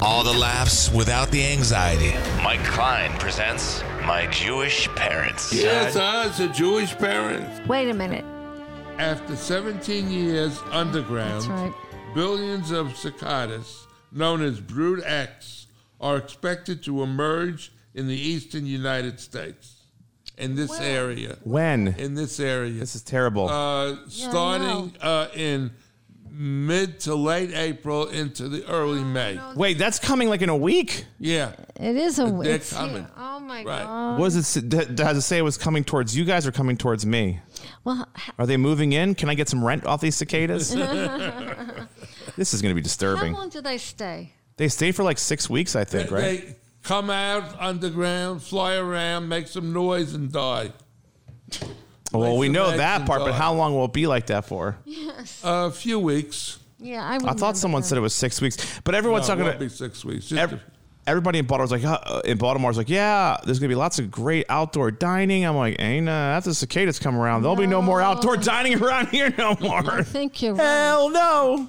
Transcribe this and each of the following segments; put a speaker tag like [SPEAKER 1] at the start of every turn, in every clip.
[SPEAKER 1] All the laughs without the anxiety.
[SPEAKER 2] Mike Klein presents My Jewish Parents.
[SPEAKER 3] Yes, I as a Jewish parent.
[SPEAKER 4] Wait a minute.
[SPEAKER 3] After 17 years underground,
[SPEAKER 4] That's right.
[SPEAKER 3] billions of cicadas, known as brood X, are expected to emerge in the eastern United States. In this area.
[SPEAKER 5] When?
[SPEAKER 3] In this area.
[SPEAKER 5] This is terrible.
[SPEAKER 3] uh, starting uh, in mid to late April into the
[SPEAKER 4] Oh,
[SPEAKER 3] early May.
[SPEAKER 5] Wait, that's coming like in a week.
[SPEAKER 3] Yeah.
[SPEAKER 4] It is a.
[SPEAKER 3] They're
[SPEAKER 4] It's,
[SPEAKER 3] coming.
[SPEAKER 4] Oh my
[SPEAKER 3] Right.
[SPEAKER 4] god.
[SPEAKER 5] Was it? d- Does it say it was coming towards you guys or coming towards me?
[SPEAKER 4] Well,
[SPEAKER 5] Are they moving in? Can I get some rent off these cicadas? this is going to be
[SPEAKER 4] how
[SPEAKER 5] disturbing.
[SPEAKER 4] long do they stay?
[SPEAKER 5] They stayed for like six weeks, I think, right?
[SPEAKER 3] They come out underground, fly around, make some noise, and die.
[SPEAKER 5] well, we
[SPEAKER 3] some
[SPEAKER 5] know
[SPEAKER 3] eggs
[SPEAKER 5] that
[SPEAKER 3] and
[SPEAKER 5] part, but
[SPEAKER 3] die.
[SPEAKER 5] how long will it be like that for?
[SPEAKER 3] A few weeks.
[SPEAKER 4] Yeah, I.
[SPEAKER 5] I thought
[SPEAKER 4] remember
[SPEAKER 5] someone
[SPEAKER 4] that.
[SPEAKER 5] said it was six weeks, but everyone's
[SPEAKER 3] No, it
[SPEAKER 5] talking
[SPEAKER 3] won't
[SPEAKER 5] about
[SPEAKER 3] be six weeks. Just
[SPEAKER 5] ev- everybody in Baltimore was like, uh, in Baltimore was like, yeah, there's gonna be lots of great outdoor dining. I'm like, ain't uh, after the cicadas come around, there'll be no more outdoor dining around here no more.
[SPEAKER 4] I think you're right.
[SPEAKER 5] Hell no.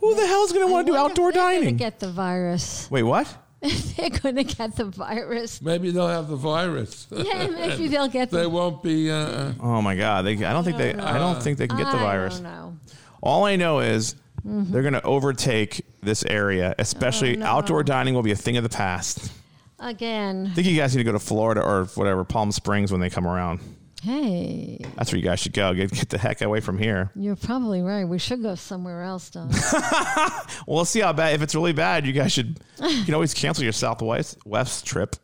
[SPEAKER 5] Who the hell's gonna want to do
[SPEAKER 4] What if
[SPEAKER 5] outdoor
[SPEAKER 4] they're gonna
[SPEAKER 5] dining?
[SPEAKER 4] Get the virus.
[SPEAKER 5] Wait, what?
[SPEAKER 4] If they're going to get the virus.
[SPEAKER 3] maybe they'll have the virus.
[SPEAKER 4] Yeah, maybe they'll get
[SPEAKER 3] they
[SPEAKER 4] the.
[SPEAKER 3] won't be. Uh,
[SPEAKER 5] Oh my god, they, I don't think they. I don't think they can get the
[SPEAKER 4] I
[SPEAKER 5] virus.
[SPEAKER 4] don't know.
[SPEAKER 5] All I know is they're gonna overtake this area, especially
[SPEAKER 4] Oh,
[SPEAKER 5] outdoor dining will be a thing of the past.
[SPEAKER 4] Again.
[SPEAKER 5] I think you guys need to go to Florida or whatever Palm Springs when they come around.
[SPEAKER 4] Hey,
[SPEAKER 5] That's where you guys should go. Get, get the heck away from here.
[SPEAKER 4] you're probably right. We should go somewhere else, Don.
[SPEAKER 5] Well, let's see how bad. If it's really bad, you guys should. You can always cancel your Southwest West trip.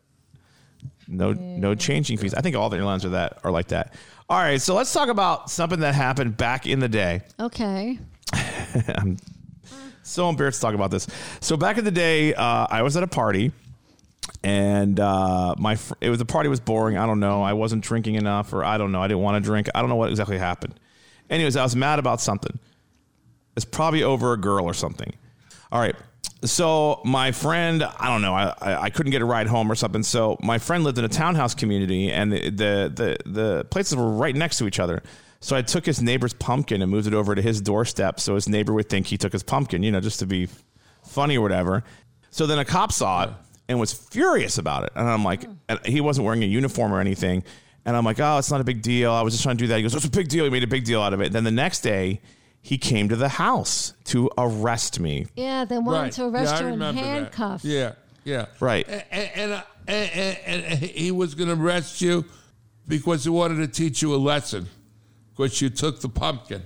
[SPEAKER 5] No, no changing fees. I think all the airlines are that are like that. All right, so let's talk about something that happened back in the day.
[SPEAKER 4] okay.
[SPEAKER 5] So embarrassed to talk about this. So back in the day, uh, I was at a party, and uh, my fr- it was the party was boring. I don't know. I wasn't drinking enough, or I don't know. I didn't want to drink. I don't know what exactly happened. Anyways, I was mad about something. It's probably over a girl or something. All right. So my friend, I don't know, I, I, I couldn't get a ride home or something. So my friend lived in a townhouse community, and the, the the the places were right next to each other. So I took his neighbor's pumpkin and moved it over to his doorstep, so his neighbor would think he took his pumpkin, you know, just to be funny or whatever. So then a cop saw it and was furious about it, and I'm like, and he wasn't wearing a uniform or anything, and I'm like, oh, it's not a big deal. I was just trying to do that. He goes, it's a big deal. He made a big deal out of it. Then the next day. He came to the house to arrest me
[SPEAKER 4] Yeah, they wanted
[SPEAKER 3] right.
[SPEAKER 4] to arrest
[SPEAKER 3] yeah, I
[SPEAKER 4] you in
[SPEAKER 3] remember that.
[SPEAKER 4] handcuffs.
[SPEAKER 3] Yeah, yeah.
[SPEAKER 5] Right.
[SPEAKER 3] And and, uh, and, and, and he was going to arrest you because he wanted to teach you a lesson because you took the pumpkin.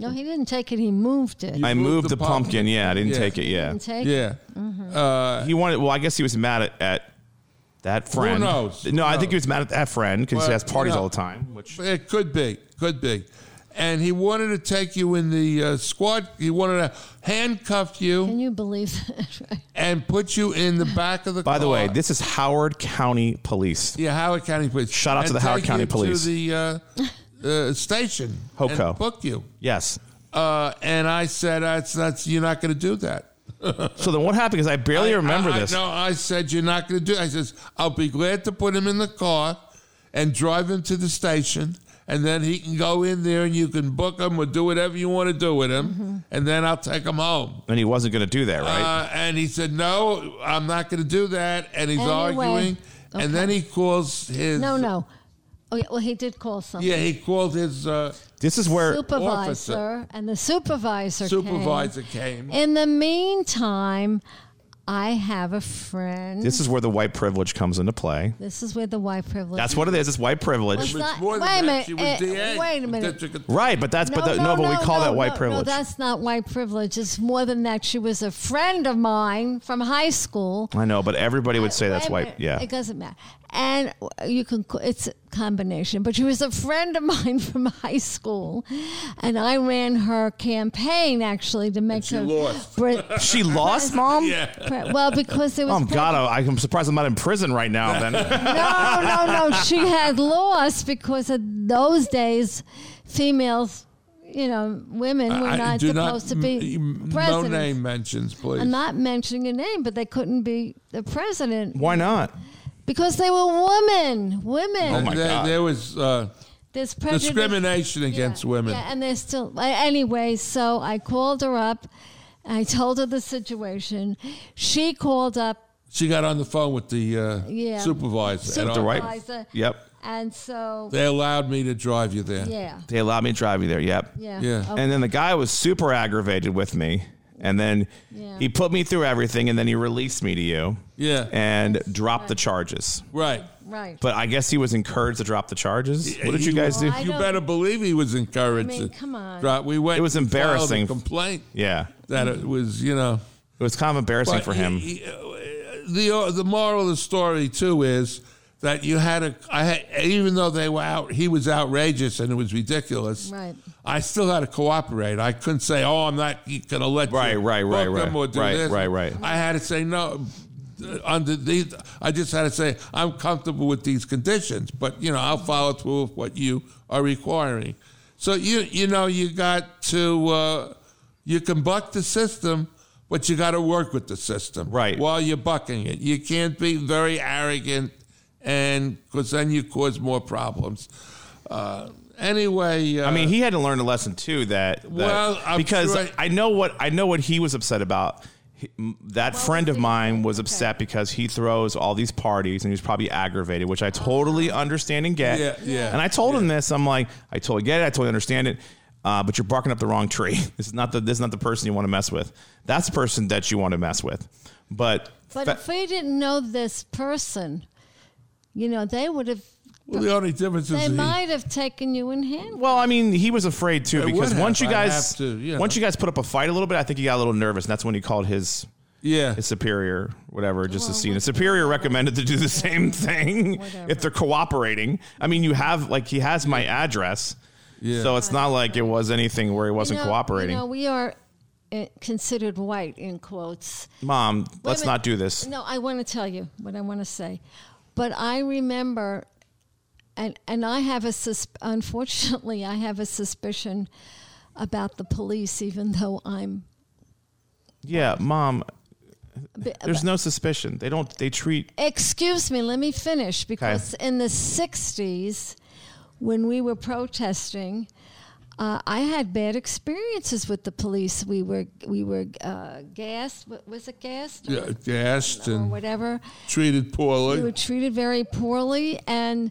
[SPEAKER 4] No, he didn't take it. He moved it.
[SPEAKER 5] I
[SPEAKER 3] moved
[SPEAKER 5] moved
[SPEAKER 3] the
[SPEAKER 5] the, pumpkin.
[SPEAKER 3] pumpkin.
[SPEAKER 5] Yeah, I didn't
[SPEAKER 3] Yeah.
[SPEAKER 5] take it. Yeah,
[SPEAKER 4] Didn't take it.
[SPEAKER 3] Yeah.
[SPEAKER 5] he wanted. Well, I guess he was mad at, at that friend.
[SPEAKER 3] knows?
[SPEAKER 5] No,
[SPEAKER 3] Who
[SPEAKER 5] I
[SPEAKER 3] knows?
[SPEAKER 5] think he was mad at that friend because
[SPEAKER 3] Well,
[SPEAKER 5] he has parties
[SPEAKER 3] no.
[SPEAKER 5] all the time. Which
[SPEAKER 3] It could be, could be. And he wanted to take you in the uh, squad. He wanted to handcuff you
[SPEAKER 4] Can you believe that? Right.
[SPEAKER 3] and put you in the back of the
[SPEAKER 5] by
[SPEAKER 3] car.
[SPEAKER 5] the way, this is Howard County Police.
[SPEAKER 3] yeah, Howard County Police.
[SPEAKER 5] Shout out to
[SPEAKER 3] And
[SPEAKER 5] the Howard
[SPEAKER 3] take
[SPEAKER 5] County
[SPEAKER 3] you
[SPEAKER 5] Police.
[SPEAKER 3] to the uh, uh, station. and
[SPEAKER 5] Hoco.
[SPEAKER 3] book you.
[SPEAKER 5] Yes.
[SPEAKER 3] Uh, and I said, "That's that's you're not going to do that."
[SPEAKER 5] So then what happened? Because I barely remember
[SPEAKER 3] I- I-
[SPEAKER 5] this.
[SPEAKER 3] No, I said you're not going to do. I says I'll be glad to put him in the car and drive him to the station, and then he can go in there and you can book him or do whatever you want to do with him, and then I'll take him home.
[SPEAKER 5] And he wasn't going to do that, Mm-hmm. right?
[SPEAKER 3] Uh, and he said, "No, I'm not going to do that," and he's
[SPEAKER 4] Anyway.
[SPEAKER 3] arguing, and then he calls his
[SPEAKER 4] No, no. Oh, yeah, well, he did call someone.
[SPEAKER 3] Yeah, he called his uh,
[SPEAKER 5] this is where
[SPEAKER 4] supervisor, and the supervisor came.
[SPEAKER 3] supervisor came.
[SPEAKER 4] In the meantime, I have a friend.
[SPEAKER 5] this is where the white privilege comes into play.
[SPEAKER 4] This is where the white privilege.
[SPEAKER 5] That's what it is. It's white
[SPEAKER 4] It's
[SPEAKER 5] privilege.
[SPEAKER 3] It was
[SPEAKER 4] not-
[SPEAKER 3] more than
[SPEAKER 4] wait
[SPEAKER 3] that.
[SPEAKER 4] a minute.
[SPEAKER 3] She was
[SPEAKER 4] eh,
[SPEAKER 3] DA,
[SPEAKER 4] wait a minute.
[SPEAKER 3] district attorney.
[SPEAKER 5] Right, but that's but the, no, but we call that white
[SPEAKER 4] no,
[SPEAKER 5] privilege.
[SPEAKER 4] No, that's not white privilege. It's more than that. She was a friend of mine from high school.
[SPEAKER 5] I know, but everybody would say that's
[SPEAKER 4] Wait a
[SPEAKER 5] white.
[SPEAKER 4] minute.
[SPEAKER 5] Yeah.
[SPEAKER 4] it doesn't matter. And you can, c- it's a combination. But she was a friend of mine from high school, and I ran her campaign actually to make
[SPEAKER 3] she
[SPEAKER 4] her.
[SPEAKER 3] lost.
[SPEAKER 4] Brit-
[SPEAKER 5] She lost, mom.
[SPEAKER 3] Yeah.
[SPEAKER 4] pre- well, because there was.
[SPEAKER 5] Oh God, I- I'm surprised I'm not in prison right now. Then.
[SPEAKER 4] no, no, no. She had lost because of those days, females, you know, women were
[SPEAKER 3] I
[SPEAKER 4] not
[SPEAKER 3] do
[SPEAKER 4] supposed to be
[SPEAKER 3] m- No
[SPEAKER 4] president.
[SPEAKER 3] name mentions, please.
[SPEAKER 4] I'm not mentioning a name, but they couldn't be the president
[SPEAKER 5] Why not?
[SPEAKER 4] because they were women. Women.
[SPEAKER 5] Oh, my
[SPEAKER 3] there,
[SPEAKER 5] God.
[SPEAKER 3] there was uh,
[SPEAKER 4] There's prejudice.
[SPEAKER 3] discrimination against women.
[SPEAKER 4] Yeah, and they're still. Uh, anyway, so I called her up I told her the situation. She called up
[SPEAKER 3] She got on the phone with the uh,
[SPEAKER 4] Yeah.
[SPEAKER 3] supervisor.
[SPEAKER 4] Supervisor.
[SPEAKER 5] The right.
[SPEAKER 4] Supervisor.
[SPEAKER 5] Yep.
[SPEAKER 4] and so
[SPEAKER 3] They allowed me to drive you there.
[SPEAKER 4] yeah.
[SPEAKER 5] They allowed me to drive you there. Yep.
[SPEAKER 4] Yeah.
[SPEAKER 3] Yeah.
[SPEAKER 4] Oh,
[SPEAKER 5] And then the guy was super aggravated with me. And then
[SPEAKER 4] Yeah.
[SPEAKER 5] he put me through everything and then he released me to you
[SPEAKER 3] Yeah.
[SPEAKER 5] and dropped the charges.
[SPEAKER 3] right.
[SPEAKER 4] right.
[SPEAKER 5] But I guess he was encouraged to drop the charges. What did you
[SPEAKER 3] You-
[SPEAKER 5] guys do?
[SPEAKER 4] I
[SPEAKER 3] You
[SPEAKER 4] don't-
[SPEAKER 3] better believe he was encouraged.
[SPEAKER 4] I mean,
[SPEAKER 3] to
[SPEAKER 4] come on.
[SPEAKER 3] Drop. We went.
[SPEAKER 5] It was
[SPEAKER 3] and filed a
[SPEAKER 5] embarrassing.
[SPEAKER 3] Complaint
[SPEAKER 5] Yeah.
[SPEAKER 3] that it was, you know.
[SPEAKER 5] It was kind of embarrassing
[SPEAKER 3] But
[SPEAKER 5] for him.
[SPEAKER 3] he- he- the the moral of the story too is that you had a I had, even though they were out he was outrageous and it was ridiculous.
[SPEAKER 4] Right.
[SPEAKER 3] I still had to cooperate. I couldn't say, "Oh, I'm not going to let
[SPEAKER 5] Right,
[SPEAKER 3] you
[SPEAKER 5] right, right,
[SPEAKER 3] book
[SPEAKER 5] right,
[SPEAKER 3] them or do
[SPEAKER 5] right,
[SPEAKER 3] this."
[SPEAKER 5] right, right.
[SPEAKER 3] I had to say no. uh, Under these, I just had to say I'm comfortable with these conditions, but you know I'll follow through with what you are requiring. So you you know you got to uh, you can buck the system, but you got to work with the system
[SPEAKER 5] Right.
[SPEAKER 3] while you're bucking it. You can't be very arrogant, and because then you cause more problems. Uh, anyway, uh,
[SPEAKER 5] I mean, he had to learn a lesson too that, that-
[SPEAKER 3] Well, I'm
[SPEAKER 5] because
[SPEAKER 3] sure-
[SPEAKER 5] I know what I know what he was upset about. He- m- That friend of mine was upset because he throws all these parties and he's probably aggravated, which I
[SPEAKER 4] Oh.
[SPEAKER 5] totally understand and get.
[SPEAKER 3] Yeah, yeah.
[SPEAKER 5] And I told him this. I'm like, I totally get it. I totally understand it. Uh, but you're barking up the wrong tree. This is not the this is not the person you want to mess with. That's the person that you want to mess with. But,
[SPEAKER 4] But
[SPEAKER 5] fa-
[SPEAKER 4] if we didn't know this person, you know, they would have.
[SPEAKER 3] well, the only difference is
[SPEAKER 4] They
[SPEAKER 3] he-
[SPEAKER 4] might have taken you in hand.
[SPEAKER 5] Well, I mean, he was afraid too
[SPEAKER 3] would
[SPEAKER 5] because
[SPEAKER 3] have.
[SPEAKER 5] once you
[SPEAKER 3] I'd
[SPEAKER 5] guys
[SPEAKER 3] have to, you know.
[SPEAKER 5] once you guys put up a fight a little bit, I think he got a little nervous. And that's when he called his
[SPEAKER 3] yeah,
[SPEAKER 5] his superior, whatever, just to
[SPEAKER 4] Well,
[SPEAKER 5] see. And
[SPEAKER 4] what-
[SPEAKER 5] his superior recommended to do the same thing
[SPEAKER 4] Whatever.
[SPEAKER 5] if they're cooperating. I mean, you have like he has my address,
[SPEAKER 3] Yeah.
[SPEAKER 5] so it's not like it was anything where he wasn't
[SPEAKER 4] You know-
[SPEAKER 5] cooperating.
[SPEAKER 4] You know, we are uh, considered white in quotes.
[SPEAKER 5] Mom, let's
[SPEAKER 4] Wait a
[SPEAKER 5] not
[SPEAKER 4] minute.
[SPEAKER 5] do this.
[SPEAKER 4] No, I want to tell you what I want to say, but I remember, and and I have a sus- unfortunately I have a suspicion about the police, even though I'm.
[SPEAKER 5] Yeah, Mom,
[SPEAKER 4] bi-
[SPEAKER 5] there's no suspicion. They don't. They treat.
[SPEAKER 4] Excuse me, let me finish because in the 60s, when we were protesting, uh, I had bad experiences with the police. We were we were uh, gassed. wa- Was it gassed
[SPEAKER 3] yeah, dashed
[SPEAKER 4] or
[SPEAKER 3] and
[SPEAKER 4] whatever?
[SPEAKER 3] treated
[SPEAKER 4] We were
[SPEAKER 3] poorly.
[SPEAKER 4] treated very poorly, and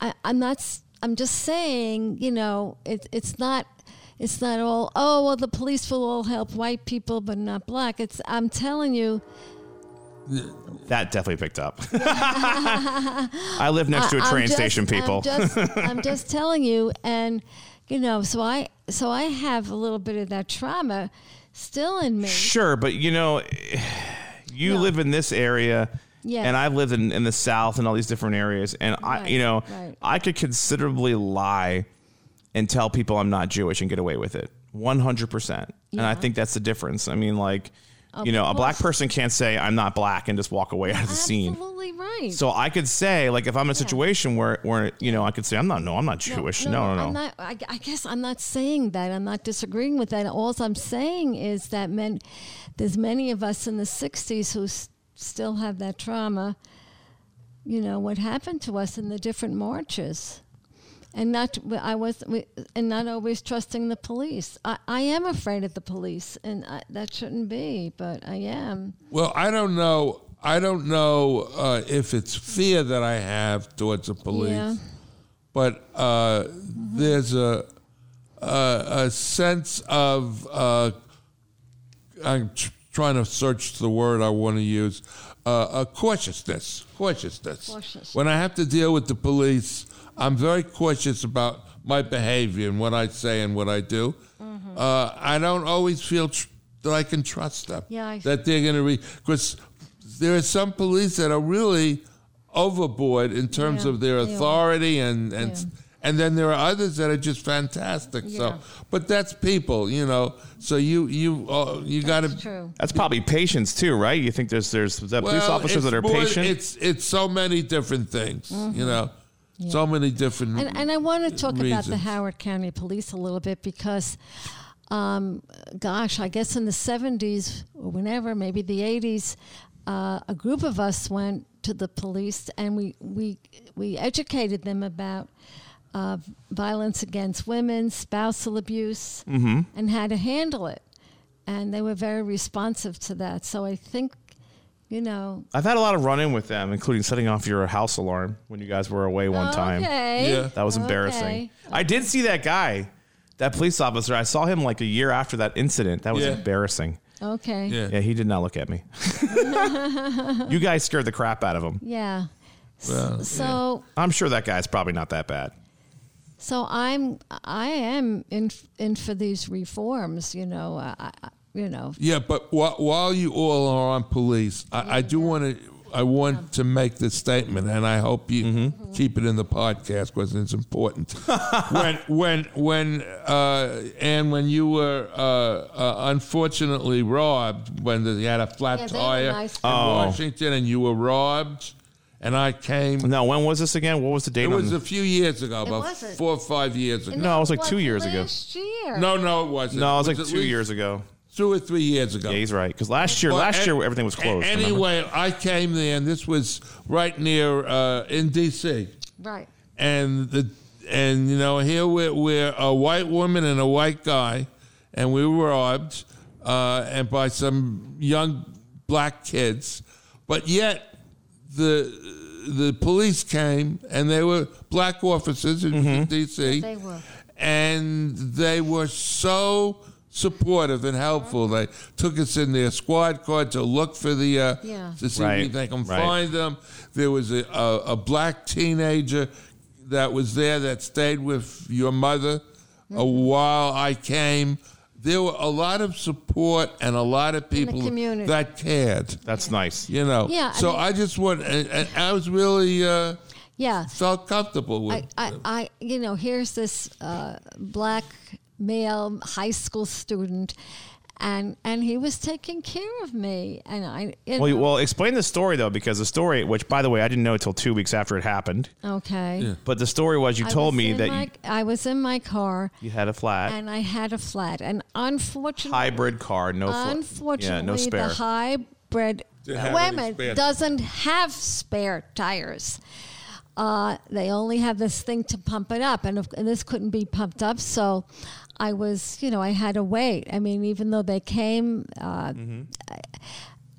[SPEAKER 4] I, I'm not. s- I'm just saying, you know, it, it's not. It's not all. Oh well, the police will all help white people, but not black. It's. I'm telling you,
[SPEAKER 5] That definitely picked up. I live next to a
[SPEAKER 4] I- Uh, I'm
[SPEAKER 5] train
[SPEAKER 4] just-
[SPEAKER 5] station, people.
[SPEAKER 4] I'm just, I'm just telling you, and you know, so I so I have a little bit of that trauma still in me.
[SPEAKER 5] Sure, but you know, you
[SPEAKER 4] No.
[SPEAKER 5] live in this area,
[SPEAKER 4] Yeah.
[SPEAKER 5] and I've lived in, in the South and all these different areas, and I,
[SPEAKER 4] Right,
[SPEAKER 5] you know,
[SPEAKER 4] right.
[SPEAKER 5] I could considerably lie and tell people I'm not Jewish and get away with it, one hundred percent. And I
[SPEAKER 4] Yeah. Oh,
[SPEAKER 5] think that's the difference. I mean, like, you know, a black
[SPEAKER 4] course.
[SPEAKER 5] person can't say I'm not black and just walk away out of the scene.
[SPEAKER 4] Absolutely right.
[SPEAKER 5] So I could say, like, if I'm in a situation where, where you know, I could say I'm not, no, I'm not Jewish. No, no, no.
[SPEAKER 4] I'm not, I, I guess I'm not saying that. I'm not disagreeing with that. All I'm saying is that men, there's many of us in the '60s who s- still have that trauma. You know what happened to us in the different marches, and not I was we- and not always trusting the police. I, I am afraid of the police, and I, that shouldn't be, but I am.
[SPEAKER 3] Well, I don't know. I don't know uh, if it's fear that I have towards the police,
[SPEAKER 4] Yeah.
[SPEAKER 3] but uh, there's a, a a sense of uh, I'm tr- trying to search the word I want to use uh, a cautiousness, cautiousness.
[SPEAKER 4] Cautious.
[SPEAKER 3] When I have to deal with the police, I'm very cautious about my behavior and what I say and what I do.
[SPEAKER 4] Mm-hmm.
[SPEAKER 3] Uh, I don't always feel tr- that I can trust them
[SPEAKER 4] Yeah, I-
[SPEAKER 3] that they're going to read because there are some police that are really overboard in terms
[SPEAKER 4] Yeah,
[SPEAKER 3] of their
[SPEAKER 4] they are.
[SPEAKER 3] authority and and and then there are others that are just fantastic.
[SPEAKER 4] Yeah.
[SPEAKER 3] So, but that's people, you know. So you you uh, you got
[SPEAKER 4] It's
[SPEAKER 3] to.
[SPEAKER 4] true.
[SPEAKER 5] That's probably patience too, right? You think there's there's the police officers that are patient.
[SPEAKER 3] It's it's so many different things, you know. So many different.
[SPEAKER 4] Mm-hmm. And, and I want to talk about the
[SPEAKER 3] reasons.
[SPEAKER 4] Howard County Police a little bit because, um, gosh, I guess in the 70s or whenever, maybe the 80s, uh, a group of us went to the police and we, we, we educated them about uh, violence against women, spousal abuse, and how to handle it. and they were very responsive to that. So I think, you know,
[SPEAKER 5] I've had a lot of run in with them, including setting off your house alarm when you guys were away one time.
[SPEAKER 4] Okay.
[SPEAKER 3] Yeah.
[SPEAKER 5] That was embarrassing.
[SPEAKER 4] Okay.
[SPEAKER 5] I did see that guy, that police officer. I saw him like a year after that incident. That was
[SPEAKER 3] Yeah.
[SPEAKER 5] embarrassing.
[SPEAKER 4] Okay.
[SPEAKER 3] Yeah.
[SPEAKER 5] Yeah, he did not look at me. you guys scared the crap out of him.
[SPEAKER 4] Yeah.
[SPEAKER 3] Well,
[SPEAKER 4] So
[SPEAKER 5] I'm sure that guy's probably not that bad.
[SPEAKER 4] so I'm I am in in for these reforms. You know, uh, I, I, you know,
[SPEAKER 3] Yeah, but while, while you all are on police, I, I do want to. I want to make this statement, and I hope you
[SPEAKER 5] Mm-hmm.
[SPEAKER 3] keep it in the podcast because it's important. when, when, when, uh, and when you were uh, uh, unfortunately robbed, when the, you had a flat
[SPEAKER 4] Yeah, they were
[SPEAKER 3] tire
[SPEAKER 4] nice
[SPEAKER 3] in
[SPEAKER 4] people. Oh.
[SPEAKER 3] Washington, and you were robbed, and I came.
[SPEAKER 5] No, when was this again? What was the date?
[SPEAKER 3] It
[SPEAKER 5] on
[SPEAKER 3] was a few years ago, about
[SPEAKER 4] wasn't.
[SPEAKER 3] four or five years ago.
[SPEAKER 5] No, it was like two years ago.
[SPEAKER 4] last Year.
[SPEAKER 3] No, no, it wasn't.
[SPEAKER 5] no, it was like
[SPEAKER 3] at
[SPEAKER 5] two
[SPEAKER 3] least
[SPEAKER 5] years ago.
[SPEAKER 3] two or three years ago.
[SPEAKER 5] Yeah, he's right. Because last year,
[SPEAKER 3] Well,
[SPEAKER 5] last
[SPEAKER 3] an-
[SPEAKER 5] year everything was
[SPEAKER 3] a-
[SPEAKER 5] closed. remember?
[SPEAKER 3] Anyway, I came there, and this was right near uh, in D.C.
[SPEAKER 4] Right.
[SPEAKER 3] and the and you know here we're, we're a white woman and a white guy, and we were robbed, uh, and by some young black kids, but yet the the police came and they were black officers in
[SPEAKER 5] Mm-hmm.
[SPEAKER 3] D.C.
[SPEAKER 4] They were.
[SPEAKER 3] and they were so supportive and helpful. They took us in their squad car to look for the uh,
[SPEAKER 4] Yeah.
[SPEAKER 3] to see
[SPEAKER 5] Right,
[SPEAKER 3] if they can
[SPEAKER 5] right.
[SPEAKER 3] find them. There was a, a, a black teenager that was there that stayed with your mother a
[SPEAKER 4] Mm-hmm.
[SPEAKER 3] while I came. There were a lot of support and a lot of
[SPEAKER 4] the
[SPEAKER 3] people
[SPEAKER 4] community.
[SPEAKER 3] that cared.
[SPEAKER 5] That's nice.
[SPEAKER 3] You know,
[SPEAKER 4] Yeah, I
[SPEAKER 3] So I,
[SPEAKER 4] mean-
[SPEAKER 3] just want, and, and I was really uh,
[SPEAKER 4] Yeah.
[SPEAKER 3] felt comfortable with.
[SPEAKER 4] I, I, I, you know, here's this uh, black male high school student, and and he was taking care of me, and I. You
[SPEAKER 5] Well, you-
[SPEAKER 4] know,
[SPEAKER 5] well, explain the story though, because the story, which by the way, I didn't know until two weeks after it happened.
[SPEAKER 4] okay.
[SPEAKER 5] But the story was you
[SPEAKER 4] I
[SPEAKER 5] told
[SPEAKER 4] was
[SPEAKER 5] me
[SPEAKER 4] in
[SPEAKER 5] that
[SPEAKER 4] my,
[SPEAKER 5] you,
[SPEAKER 4] I was in my car
[SPEAKER 5] you had a flat
[SPEAKER 4] and I had a flat, and unfortunately,
[SPEAKER 5] hybrid car, no, fl-
[SPEAKER 4] unfortunately,
[SPEAKER 5] yeah, no spare.
[SPEAKER 4] the hybrid
[SPEAKER 3] have
[SPEAKER 4] women
[SPEAKER 3] any spare.
[SPEAKER 4] doesn't have spare tires. Uh, they only have this thing to pump it up, and, of, and this couldn't be pumped up. So, I was, you know, I had to wait. I mean, even though they came, uh,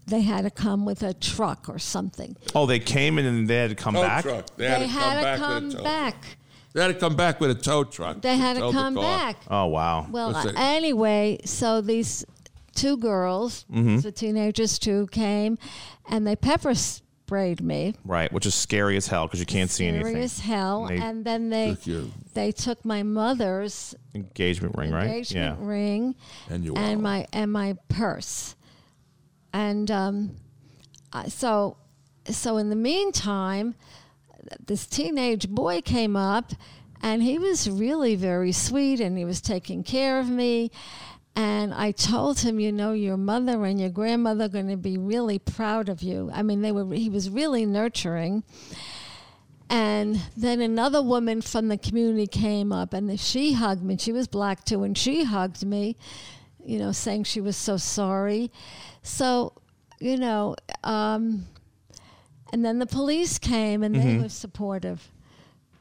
[SPEAKER 4] they had to come with a truck or something.
[SPEAKER 5] oh, they came and then they had to come
[SPEAKER 3] Tow
[SPEAKER 5] back.
[SPEAKER 3] truck.
[SPEAKER 4] they had to come back.
[SPEAKER 3] They had to come back with a tow truck.
[SPEAKER 4] They had
[SPEAKER 3] tow
[SPEAKER 4] to
[SPEAKER 3] the
[SPEAKER 4] come
[SPEAKER 3] car.
[SPEAKER 4] back.
[SPEAKER 5] Oh wow.
[SPEAKER 4] Well,
[SPEAKER 3] Let's
[SPEAKER 4] uh,
[SPEAKER 3] see.
[SPEAKER 4] anyway, so these two girls, the teenagers too, came and they pepper sprayed me.
[SPEAKER 5] right, which is scary as hell because you can't see
[SPEAKER 4] Scary
[SPEAKER 5] anything.
[SPEAKER 4] as hell.
[SPEAKER 5] They-
[SPEAKER 4] and then they
[SPEAKER 3] Took you.
[SPEAKER 4] they took my mother's
[SPEAKER 5] Engagement ring, right?
[SPEAKER 4] engagement
[SPEAKER 5] yeah.
[SPEAKER 4] ring
[SPEAKER 3] And you
[SPEAKER 4] and
[SPEAKER 3] wallet.
[SPEAKER 4] my and my purse. And um, I- so so in the meantime, this teenage boy came up and he was really very sweet and he was taking care of me. And I told him, you know, your mother and your grandmother are going to be really proud of you. I mean, they were he was really nurturing. And then another woman from the community came up and she hugged me. She was black too, and she hugged me, you know, saying she was so sorry. So, you know, um, and then the police came and
[SPEAKER 5] Mm-hmm.
[SPEAKER 4] they were supportive.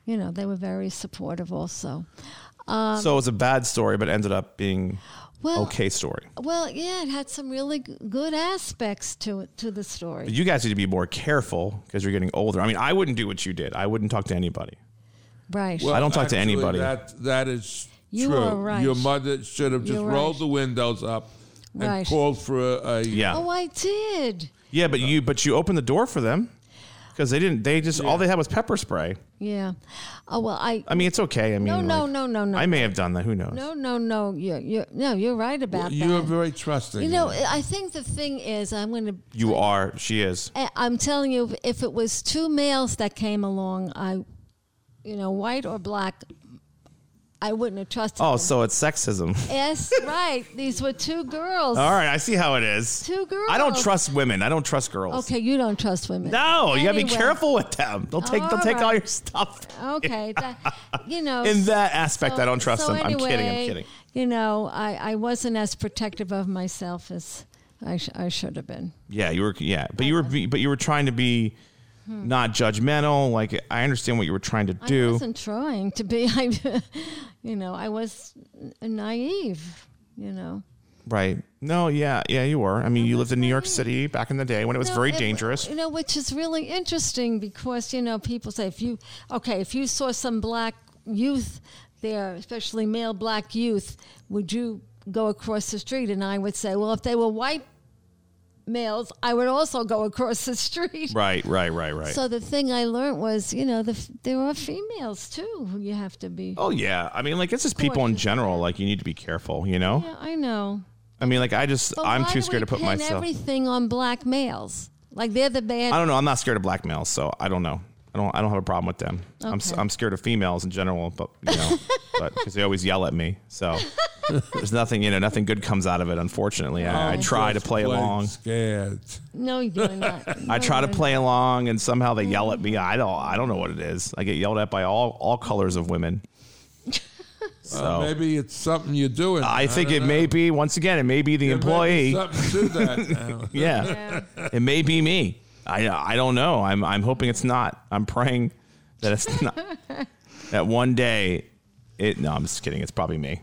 [SPEAKER 4] You know, they were very supportive also.
[SPEAKER 5] so it was a bad story, but ended up being
[SPEAKER 4] um, Well,
[SPEAKER 5] okay story.
[SPEAKER 4] well, yeah, it had some really g- good aspects to it, to the story.
[SPEAKER 5] You guys need to be more careful because you're getting older. I mean, I wouldn't do what you did. I wouldn't talk to anybody.
[SPEAKER 4] Right.
[SPEAKER 5] I don't talk to
[SPEAKER 3] Actually,
[SPEAKER 5] anybody.
[SPEAKER 3] That that is
[SPEAKER 4] You
[SPEAKER 3] true.
[SPEAKER 4] are right.
[SPEAKER 3] Your mother should have just
[SPEAKER 4] You're
[SPEAKER 3] rolled
[SPEAKER 4] right.
[SPEAKER 3] the windows up and
[SPEAKER 4] Right.
[SPEAKER 3] called for a, a
[SPEAKER 5] Yeah.
[SPEAKER 4] oh, I did.
[SPEAKER 5] Yeah, but you but you opened the door for them because they didn't. They just all they had was pepper spray.
[SPEAKER 4] Yeah. Oh, well, I.
[SPEAKER 5] I mean, it's okay. I mean,
[SPEAKER 4] No, no,
[SPEAKER 5] like,
[SPEAKER 4] no, no, no.
[SPEAKER 5] I may have done that. Who knows?
[SPEAKER 4] No, no, no. You're, you're, no, you're right about
[SPEAKER 3] You're
[SPEAKER 4] that.
[SPEAKER 3] very trusting.
[SPEAKER 4] you know, I think the thing is, I'm going to.
[SPEAKER 5] You are. She is.
[SPEAKER 4] I'm telling you, if it was two males that came along, I, you know, white or black, I wouldn't have trusted.
[SPEAKER 5] Oh,
[SPEAKER 4] them.
[SPEAKER 5] so it's sexism.
[SPEAKER 4] yes, right. These were two girls.
[SPEAKER 5] All right, I see how it is.
[SPEAKER 4] Two girls.
[SPEAKER 5] I don't trust women. I don't trust girls.
[SPEAKER 4] Okay, you don't trust women.
[SPEAKER 5] No, you gotta be
[SPEAKER 4] Anyway.
[SPEAKER 5] careful with them. They'll take they'll
[SPEAKER 4] All
[SPEAKER 5] take all
[SPEAKER 4] right.
[SPEAKER 5] your stuff.
[SPEAKER 4] Okay, that, you know.
[SPEAKER 5] In that aspect, I don't trust
[SPEAKER 4] so
[SPEAKER 5] them. I'm kidding. I'm
[SPEAKER 4] anyway,
[SPEAKER 5] kidding.
[SPEAKER 4] You know, I, I wasn't as protective of myself as I, sh- I should have been.
[SPEAKER 5] Yeah, you were. Yeah, but you were. be- But you were trying to be not judgmental. Like I understand what you were trying to
[SPEAKER 4] Hmm. I
[SPEAKER 5] do.
[SPEAKER 4] wasn't trying to be. I, you know, I was n- naive. You know,
[SPEAKER 5] Right. No, yeah, yeah, you were. I mean, you lived in New York
[SPEAKER 4] mean.
[SPEAKER 5] City back in the day when it was
[SPEAKER 4] No,
[SPEAKER 5] very
[SPEAKER 4] it-
[SPEAKER 5] dangerous.
[SPEAKER 4] You know, which is really interesting because you know people say if you okay if you saw some black youth there, especially male black youth, would you go across the street? And I would say, well, if they were white males, I would also go across the street.
[SPEAKER 5] Right, right, right, right.
[SPEAKER 4] So the thing I learned was, you know, the, f- there are females too. who You have to be.
[SPEAKER 5] oh yeah. I mean, like it's just people in
[SPEAKER 4] Cautious.
[SPEAKER 5] general. Like you need to be careful. You know.
[SPEAKER 4] Yeah, I know.
[SPEAKER 5] I mean, like I just
[SPEAKER 4] But
[SPEAKER 5] I'm
[SPEAKER 4] why
[SPEAKER 5] too
[SPEAKER 4] do
[SPEAKER 5] scared
[SPEAKER 4] we
[SPEAKER 5] to put
[SPEAKER 4] pin
[SPEAKER 5] myself.
[SPEAKER 4] Everything on black males, like they're the bad.
[SPEAKER 5] I don't know. I'm not scared of black males, so I don't know. I don't. I don't have a problem with them. I'm s-
[SPEAKER 4] Okay.
[SPEAKER 5] I'm scared of females in general, but you know, but because they always yell at me. So there's nothing you know, nothing good comes out of it. Unfortunately, I, I
[SPEAKER 4] Oh.
[SPEAKER 5] try to play
[SPEAKER 3] Plain
[SPEAKER 5] along.
[SPEAKER 3] Scared.
[SPEAKER 4] No, you're not.
[SPEAKER 5] I
[SPEAKER 4] No,
[SPEAKER 5] try to
[SPEAKER 4] you're
[SPEAKER 5] play along, and somehow they yell at me. I don't. I don't know what it is. I get yelled at by all all colors of women. So
[SPEAKER 3] Maybe it's something you're doing.
[SPEAKER 5] I think
[SPEAKER 3] don't
[SPEAKER 5] it
[SPEAKER 3] know.
[SPEAKER 5] may be once again. It may be the
[SPEAKER 3] There may be
[SPEAKER 5] employee.
[SPEAKER 3] something to that. now.
[SPEAKER 5] yeah. it may be me. I I don't know. I'm I'm hoping it's not. I'm praying that it's not. that one day, it. No, I'm just kidding. It's probably me.